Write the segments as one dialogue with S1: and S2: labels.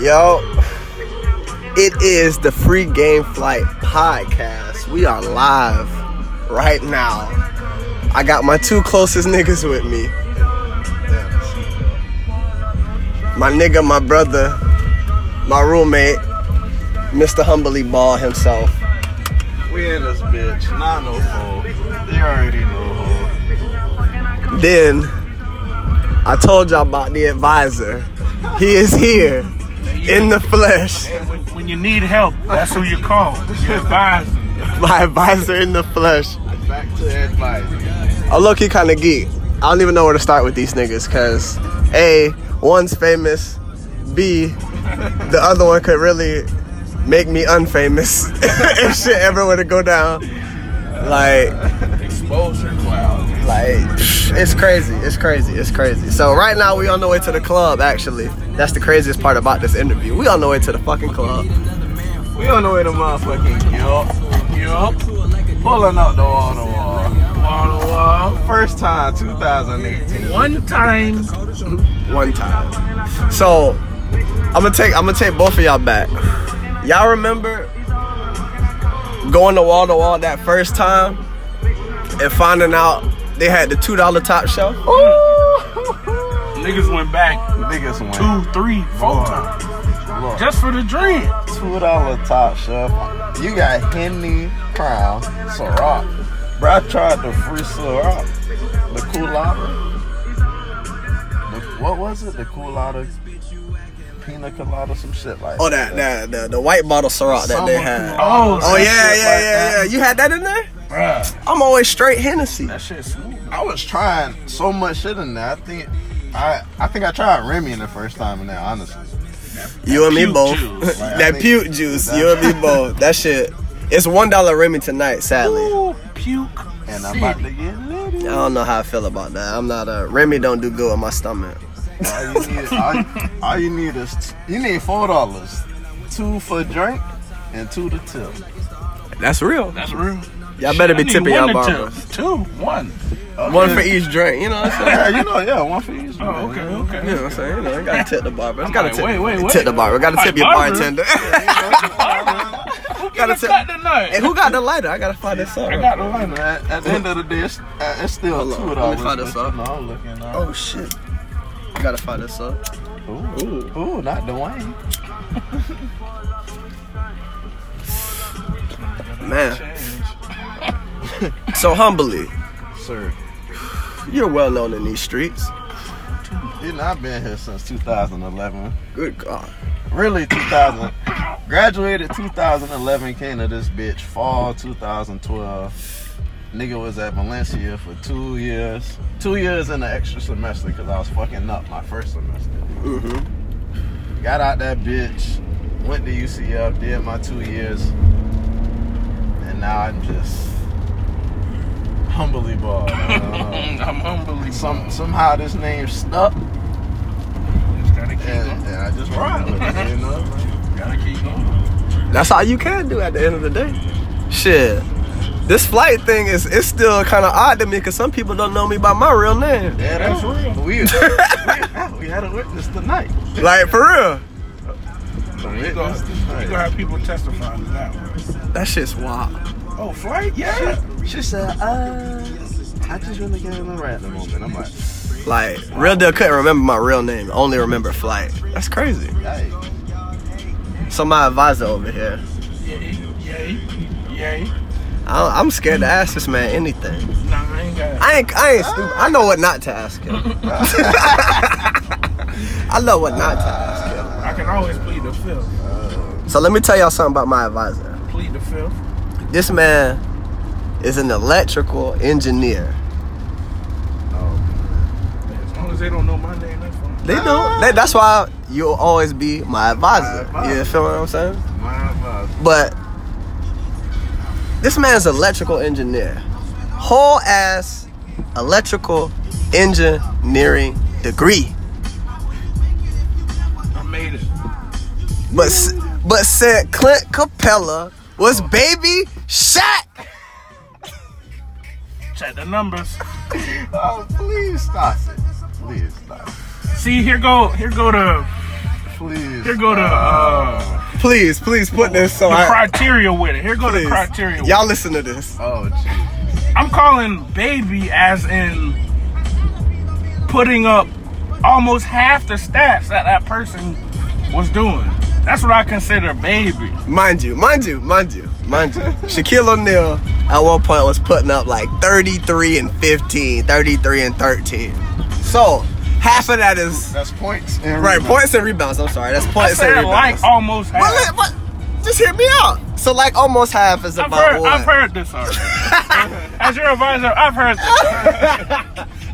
S1: Yo, it is the Free Game Flight podcast. We are live right now. I got my two closest niggas with me. My nigga, my brother, my roommate, Mr. Humbly Ball himself.
S2: We in this bitch. Nah, no fool. You already know who.
S1: Then I told y'all about the advisor. He is here in the flesh.
S3: When you need help, that's who you call. Your advisor.
S1: My advisor in the flesh.
S2: Back to advice.
S1: a low key kind of geek. I don't even know where to start with these niggas because A, one's famous, B, the other one could really make me unfamous if shit ever were to go down. Like,
S2: Exposure cloud.
S1: like psh, it's crazy, it's crazy, it's crazy. So right now we on the way to the club actually. That's the craziest part about this interview. We on the way to the fucking club.
S2: We on the way to motherfucking Yup. Yup. Pulling up the wall on the wall.
S3: On the wall.
S2: First time 2018.
S3: One time.
S1: one time. So I'm gonna take I'm gonna take both of y'all back. Y'all remember going to wall to wall that first time and finding out they had the two dollar top shelf?
S3: Niggas went back
S2: Niggas went
S3: two, three, four times. Just for the drink.
S2: two dollar top shelf. You got Henny Crown Ciroc. Bro, I tried the free Ciroc, the culotta. The, what was it? The culotta, pina colada, some shit like.
S1: Oh that, that the, the white bottle Ciroc that they had.
S3: Oh,
S1: Oh yeah, yeah,
S2: shit like
S1: yeah, yeah.
S2: that.
S1: You had that in there?
S3: Bruh.
S1: I'm always straight Hennessy.
S3: That shit smooth.
S2: I was trying so much shit in there. I think, I I think I tried Remy in the first time in there. Honestly,
S1: You and me
S3: puke
S1: both.
S3: juice.
S2: Like, I
S1: that
S2: think-
S1: puke juice. You and me both. That shit. It's one dollar Remy tonight, sadly.
S3: Ooh, puke.
S2: and I'm
S3: city.
S2: about to get litty.
S1: I don't know how I feel about that. I'm not a Remy. Don't do good with my stomach.
S2: All you need, all, you- all you need is you need four dollars, two for drink, and two to tip.
S1: That's real.
S3: That's real.
S1: Y'all better be
S3: I need
S1: tipping
S3: one
S1: y'all
S3: to
S1: barbers.
S3: tip. Two, one.
S1: One for each drink. You know what I'm saying?
S2: Yeah, you know, yeah, one for each.
S3: Oh, okay, okay.
S1: You know what I'm saying? You know, you gotta tip the barber. You gotta
S3: like,
S1: tip,
S3: wait, wait, wait.
S1: tip the barber. Gotta
S3: Like
S1: tip your
S3: barber?
S1: bartender.
S3: Who
S1: Gotta
S3: gotta
S1: tip-
S3: cut tonight?
S1: hey, who got the lighter? I gotta find this
S3: I
S1: out.
S3: got the
S2: Wait a
S3: line.
S2: minute, At, at the end of the day, it's, uh, it's still
S1: Hold on,
S2: two
S1: let
S2: dollars.
S1: me find this up.
S2: No, I'm looking up.
S1: Oh shit! I gotta find this up.
S2: Ooh, ooh, not Dwayne.
S1: Man, so humbly,
S2: Sir,
S1: you're well known in these streets.
S2: you know I've been here since 2011.
S1: Good God.
S2: Really, 2000. Graduated 2011. Came to this bitch fall 2012. Nigga was at Valencia for two years. Two years in the extra semester because I was fucking up my first semester.
S1: Mm-hmm.
S2: Got out that bitch, went to UCF, did my two years, and now I'm just humbly bald. Uh,
S3: I'm humbly
S2: some somehow this name stuck,
S3: Just gotta keep
S2: and,
S3: going.
S2: and I just ride with it, you know.
S3: Gotta keep going.
S1: That's all you can do at the end of the day. Shit. This flight thing is it's still kind of odd to me because some people don't know me by my real name.
S2: Yeah, that's real. Oh. We, we, we had a witness tonight.
S1: Like for real.
S2: A
S3: You gonna,
S2: witness
S3: you gonna
S2: tonight.
S3: have people testifying to that one.
S1: That shit's wild.
S3: Oh, flight? Yeah.
S2: She said, uh, I just really got in a random moment. I'm like,
S1: Like, real deal couldn't remember my real name. Only remember flight. That's crazy.
S2: hey,
S1: So my advisor over here.
S3: Yay, yay, yay.
S1: I, I'm scared to ask this man anything.
S3: Nah, I ain't got it.
S1: I ain't. I ain't stupid. I know what not to ask him. I know what not to ask him.
S3: I can always plead the fifth.
S1: So let me tell y'all something about my advisor.
S3: Plead the fifth.
S1: This man is an electrical engineer.
S3: As long as they don't know my name, that's fine.
S1: They know. That, that's why you'll always be my advisor.
S2: My advisor.
S1: You feel what I'm saying?
S2: my
S3: uh,
S2: advice.
S1: But this man's electrical engineer. Whole ass electrical engineering degree.
S3: I made it.
S1: But s- but said Clint Capella was baby Shaq.
S3: Check the numbers.
S2: Oh, please stop it. Please stop.
S3: See, here go, here go the
S2: please.
S3: Here go the uh,
S1: Please, please put this so
S3: the
S1: I.
S3: criteria with it. Here go
S1: Please.
S3: the criteria. With
S1: Y'all listen to this.
S2: Oh, jeez.
S3: it. I'm calling baby as in putting up almost half the stats that that person was doing. That's what I consider baby.
S1: Mind you, mind you, mind you, mind you. Shaquille O'Neal at one point was putting up like 33 and 15, 33 and 13. So half of that is
S2: That's points. and
S1: right
S2: rebounds.
S1: points and rebounds. I'm sorry, that's
S3: I
S1: points and
S3: said
S1: rebounds.
S3: like oh, almost half.
S1: But, li- but just hear me out. So like almost half is
S3: I've
S1: about
S3: heard,
S1: what?
S3: I've heard this already. As your advisor, I've heard this.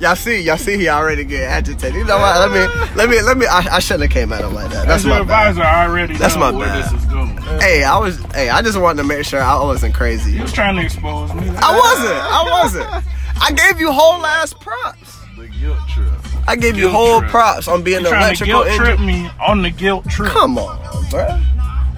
S1: Y'all see, y'all see, he already get agitated. You know what? Let me, let me, let me. I, I shouldn't have came at him like that. That's
S3: As
S1: my
S3: your
S1: bad.
S3: advisor, I already
S1: That's
S3: know
S1: my
S3: where
S1: bad.
S3: this is going.
S1: Hey, I was, hey, I just wanted to make sure I wasn't crazy.
S3: You was trying to expose me.
S1: I wasn't. I wasn't. I gave you whole ass props.
S2: The guilt trip.
S1: I gave you
S3: Guilt
S1: whole
S3: trip.
S1: props on being
S3: You trying to
S1: electrical
S3: guilt
S1: engineer.
S3: trip me on the guilt trip.
S1: Come on, bro.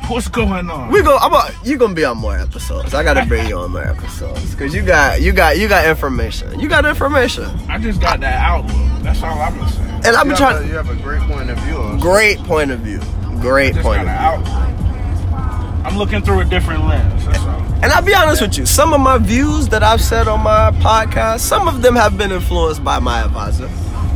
S3: What's going on?
S1: We go. I'm a, you gonna be on more episodes. I gotta bring you on more episodes because you got, you got, you got information. You got information,
S3: I just got that outlook. That's all I'm gonna say. I
S1: and I've been
S2: you
S1: trying.
S2: Have a, you have a great point of view. on-
S1: Great point of view. Great
S3: just
S1: point
S3: got
S1: of
S3: an
S1: view.
S3: outlook. I'm looking through a different lens. That's all.
S1: And I'll be honest with you, some of my views that I've said on my podcast, some of them have been influenced by my advisor.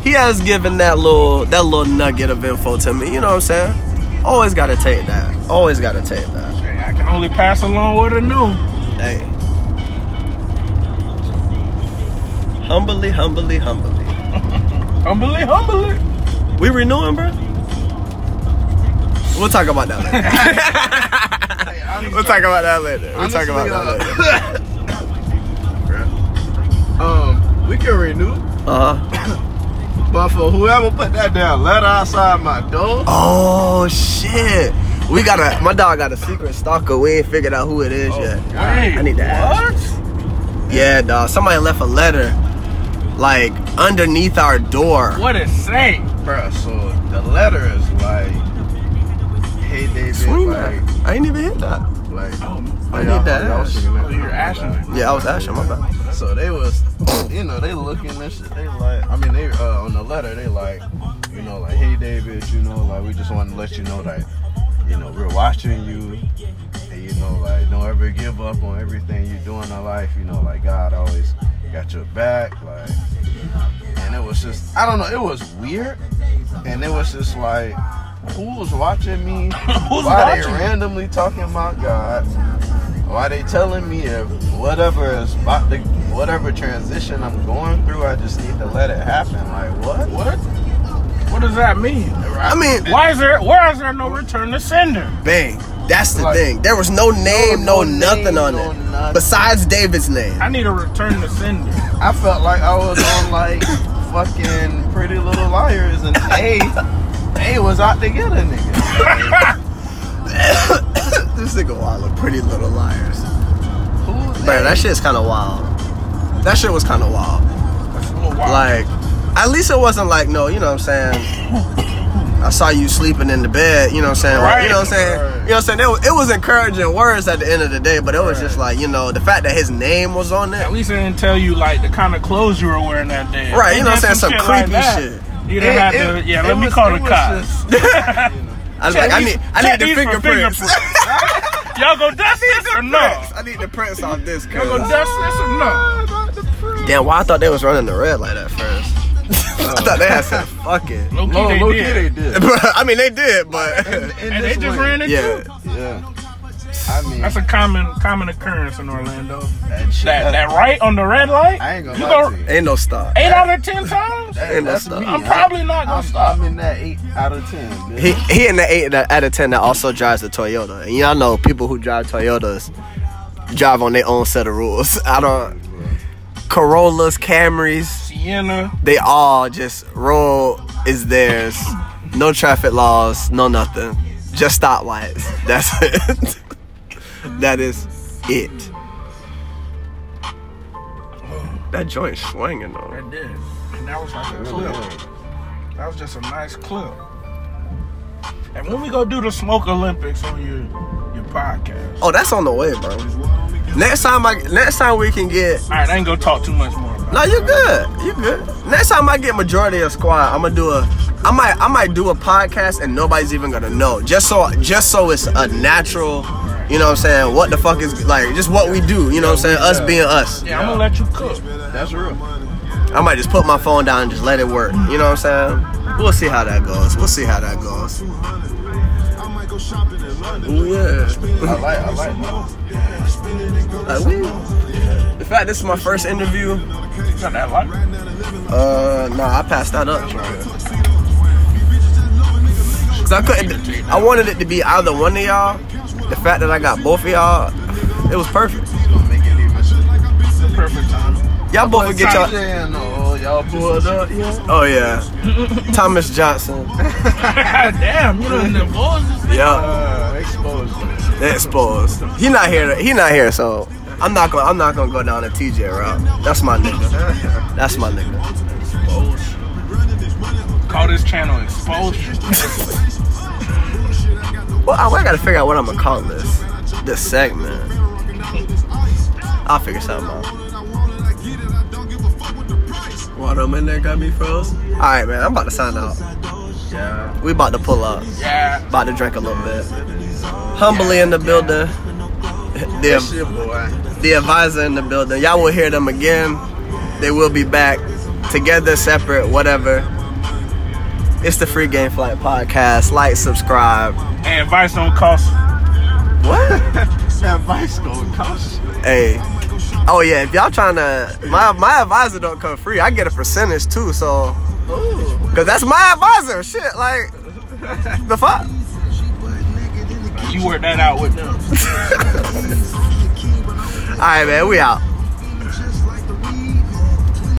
S1: He has given that little that little nugget of info to me, you know what I'm saying? Always gotta take that. Always gotta take that.
S3: Hey, I can only pass along what I knew.
S1: Hey. Humbly, humbly, humbly.
S3: Humbly, humbly.
S1: We renewing, bro? We'll talk about that later.
S2: Hey, honestly,
S1: We'll talk about that later. We'll talk about that later.
S2: uh, um, we can renew,
S1: Uh-huh.
S2: but for whoever put that damn letter outside my door,
S1: Oh shit. We got a my dog got a secret stalker. We ain't figured out who it is yet.
S3: Hey,
S1: I need to ask. Yeah, dog. Somebody left a letter, like underneath our door.
S3: What it say?
S2: bruh, so the letter is like, hey David,
S1: Swing
S2: like,
S1: that. I ain't even hit that.
S2: like,
S3: Oh,
S1: I need
S2: y'all-
S1: that
S2: y'all
S1: ass.
S2: singing that
S3: Oh, you're
S2: song,
S3: asking
S2: like,
S3: me.
S1: Yeah, I was asking my bad.
S2: So they was, you know, they looking this shit. They like, I mean, they uh, on the letter, they like, you know, like, hey David, you know, like, we just want to let you know that, you know, we're watching you, and you know, like, don't ever give up on everything you do in your life. You know, like, God always got your back, like, and it was just, I don't know, it was weird, and it was just like, who's watching me?
S3: Who's
S2: Why
S3: watching
S2: they
S3: me?
S2: randomly talking about God? Why they telling me if whatever is about to, whatever transition I'm going through, I just need to let it happen? Like what?
S3: What? What does that mean?
S1: I mean,
S3: Why is there? Why is there no return to sender?
S1: bang. That's the
S2: Like-
S1: thing. There was no name, no,
S2: No- no
S1: nothing
S2: name,
S1: on
S2: no
S1: it,
S2: nothing.
S1: besides David's name.
S3: I need a return to sender.
S2: I felt like I was on like fucking Pretty Little Liars, and A, A was out to get a nigga.
S1: this nigga wild, a pretty little liars.
S2: Who's
S1: Man, that shit's kind of wild. That shit was kind of wild.
S3: That's a little wild.
S1: Like, at least it wasn't like, no, you know what I'm saying? I saw you sleeping in the bed, you know what I'm saying? Like, you know what I'm saying?
S2: Right.
S1: You know what I'm saying? It was, it was encouraging words at the end of the day, but it was just like, you know, the fact that his name was on
S3: At
S1: it.
S3: least they didn't tell you like the kind of clothes you were wearing that day.
S1: Right,
S3: They
S1: you know what
S3: did
S1: I'm saying? Some
S3: shit
S1: creepy
S3: that.
S1: shit.
S3: You didn't
S2: It-
S3: have
S2: it-
S3: to. Yeah,
S2: it
S3: let me
S2: was-
S3: call
S2: it
S3: the
S2: was
S3: cops.
S2: just-
S1: I was like, I need, I need the
S3: Check these for
S1: fingerprints.
S3: fingerprints. Y'all go dust this or no?
S1: I need the prints on this.
S3: Y'all go
S1: cuz.
S3: dust this or no?
S1: Damn, why I thought they was running the red light at first. I thought they had said, fuck it.
S3: Low key,
S2: Low,
S3: they
S2: low key
S3: did.
S2: they did.
S1: I mean, they did, but.
S2: In- in
S3: And they
S2: this
S3: just
S2: way.
S3: ran into.
S1: Yeah.
S2: Yeah. I mean,
S3: That's a common common occurrence in Orlando.
S2: that shit.
S3: That that right on the red light.
S2: I ain't gonna
S3: you
S2: lie
S3: go
S2: to you.
S1: Ain't no stop.
S3: eight out of ten times.
S2: That-
S1: ain't no
S2: that's
S1: stop.
S2: me.
S3: I'm probably not gonna
S2: I'm,
S3: stop.
S2: I'm in that eight out of ten. bitch.
S1: He he in the eight that- out of ten that also drives the Toyota. And y'all know people who drive Toyotas drive on their own set of rules. I don't Corollas, Camrys,
S3: Sienna.
S1: they all just roll is theirs. No traffic laws, no nothing. Just stop lights. That's it. that is it. That joint swinging though.
S3: That did. And that was like a clip. That was just a nice clip. And when we go do the smoke Olympics on your your podcast.
S1: Oh, that's on the way, bro. Next time, I next time we can get
S3: All right, I ain't gonna talk too much more about
S1: No, you good. You good. Next time I get majority of squad, I'm gonna do a. I might I might do a podcast and nobody's even gonna know. Just so just so it's a natural. You know what I'm saying? What the fuck is like? Just what we do. You know what I'm saying? Us being us.
S3: Yeah, I'm gonna let you cook.
S2: That's real.
S1: I might just put my phone down and just let it work. You know what I'm saying? We'll see how that goes. We'll see how that goes. Yeah.
S2: I like, I like. that.
S1: Like, we, in fact, this is my first interview.
S3: It's not that light.
S1: Uh, no, I passed that up. Cause I couldn't. I wanted it to be either one of y'all. The fact that I got both of y'all, it was perfect.
S3: Perfect time.
S1: Y'all both would get
S2: Top
S1: y'all.
S2: ten, oh, y'all pulled up, yeah.
S1: Oh yeah, Thomas Johnson.
S3: Damn, you done divorced this nigga?
S1: Yeah,
S2: Uh, exposure.
S1: that's exposed. He not here. He not here. So I'm not gonna. I'm not gonna go down the TJ route. That's my nigga. That's my nigga.
S3: Call this channel exposure.
S1: Well, I, I gotta figure out what I'm gonna call this. This segment. I'll figure something out.
S4: Water man that got me froze.
S1: All right, man. I'm about to sign out.
S2: Yeah.
S1: We about to pull up.
S3: yeah.
S1: About to drink a little bit. Humbly in the building.
S2: That's
S1: The,
S2: your boy.
S1: the advisor in the building. Y'all will hear them again. They will be back. Together, separate, whatever. It's the Free Game Flight Podcast. Like, subscribe.
S3: And advice don't cost.
S1: What?
S2: That vice gonna cost you.
S1: hey. Oh yeah, if y'all trying to my my advisor don't come free. I get a percentage too, so Cause that's my advisor. Shit, like the fuck?
S3: You work that out with them.
S1: Alright man, we out.
S5: Just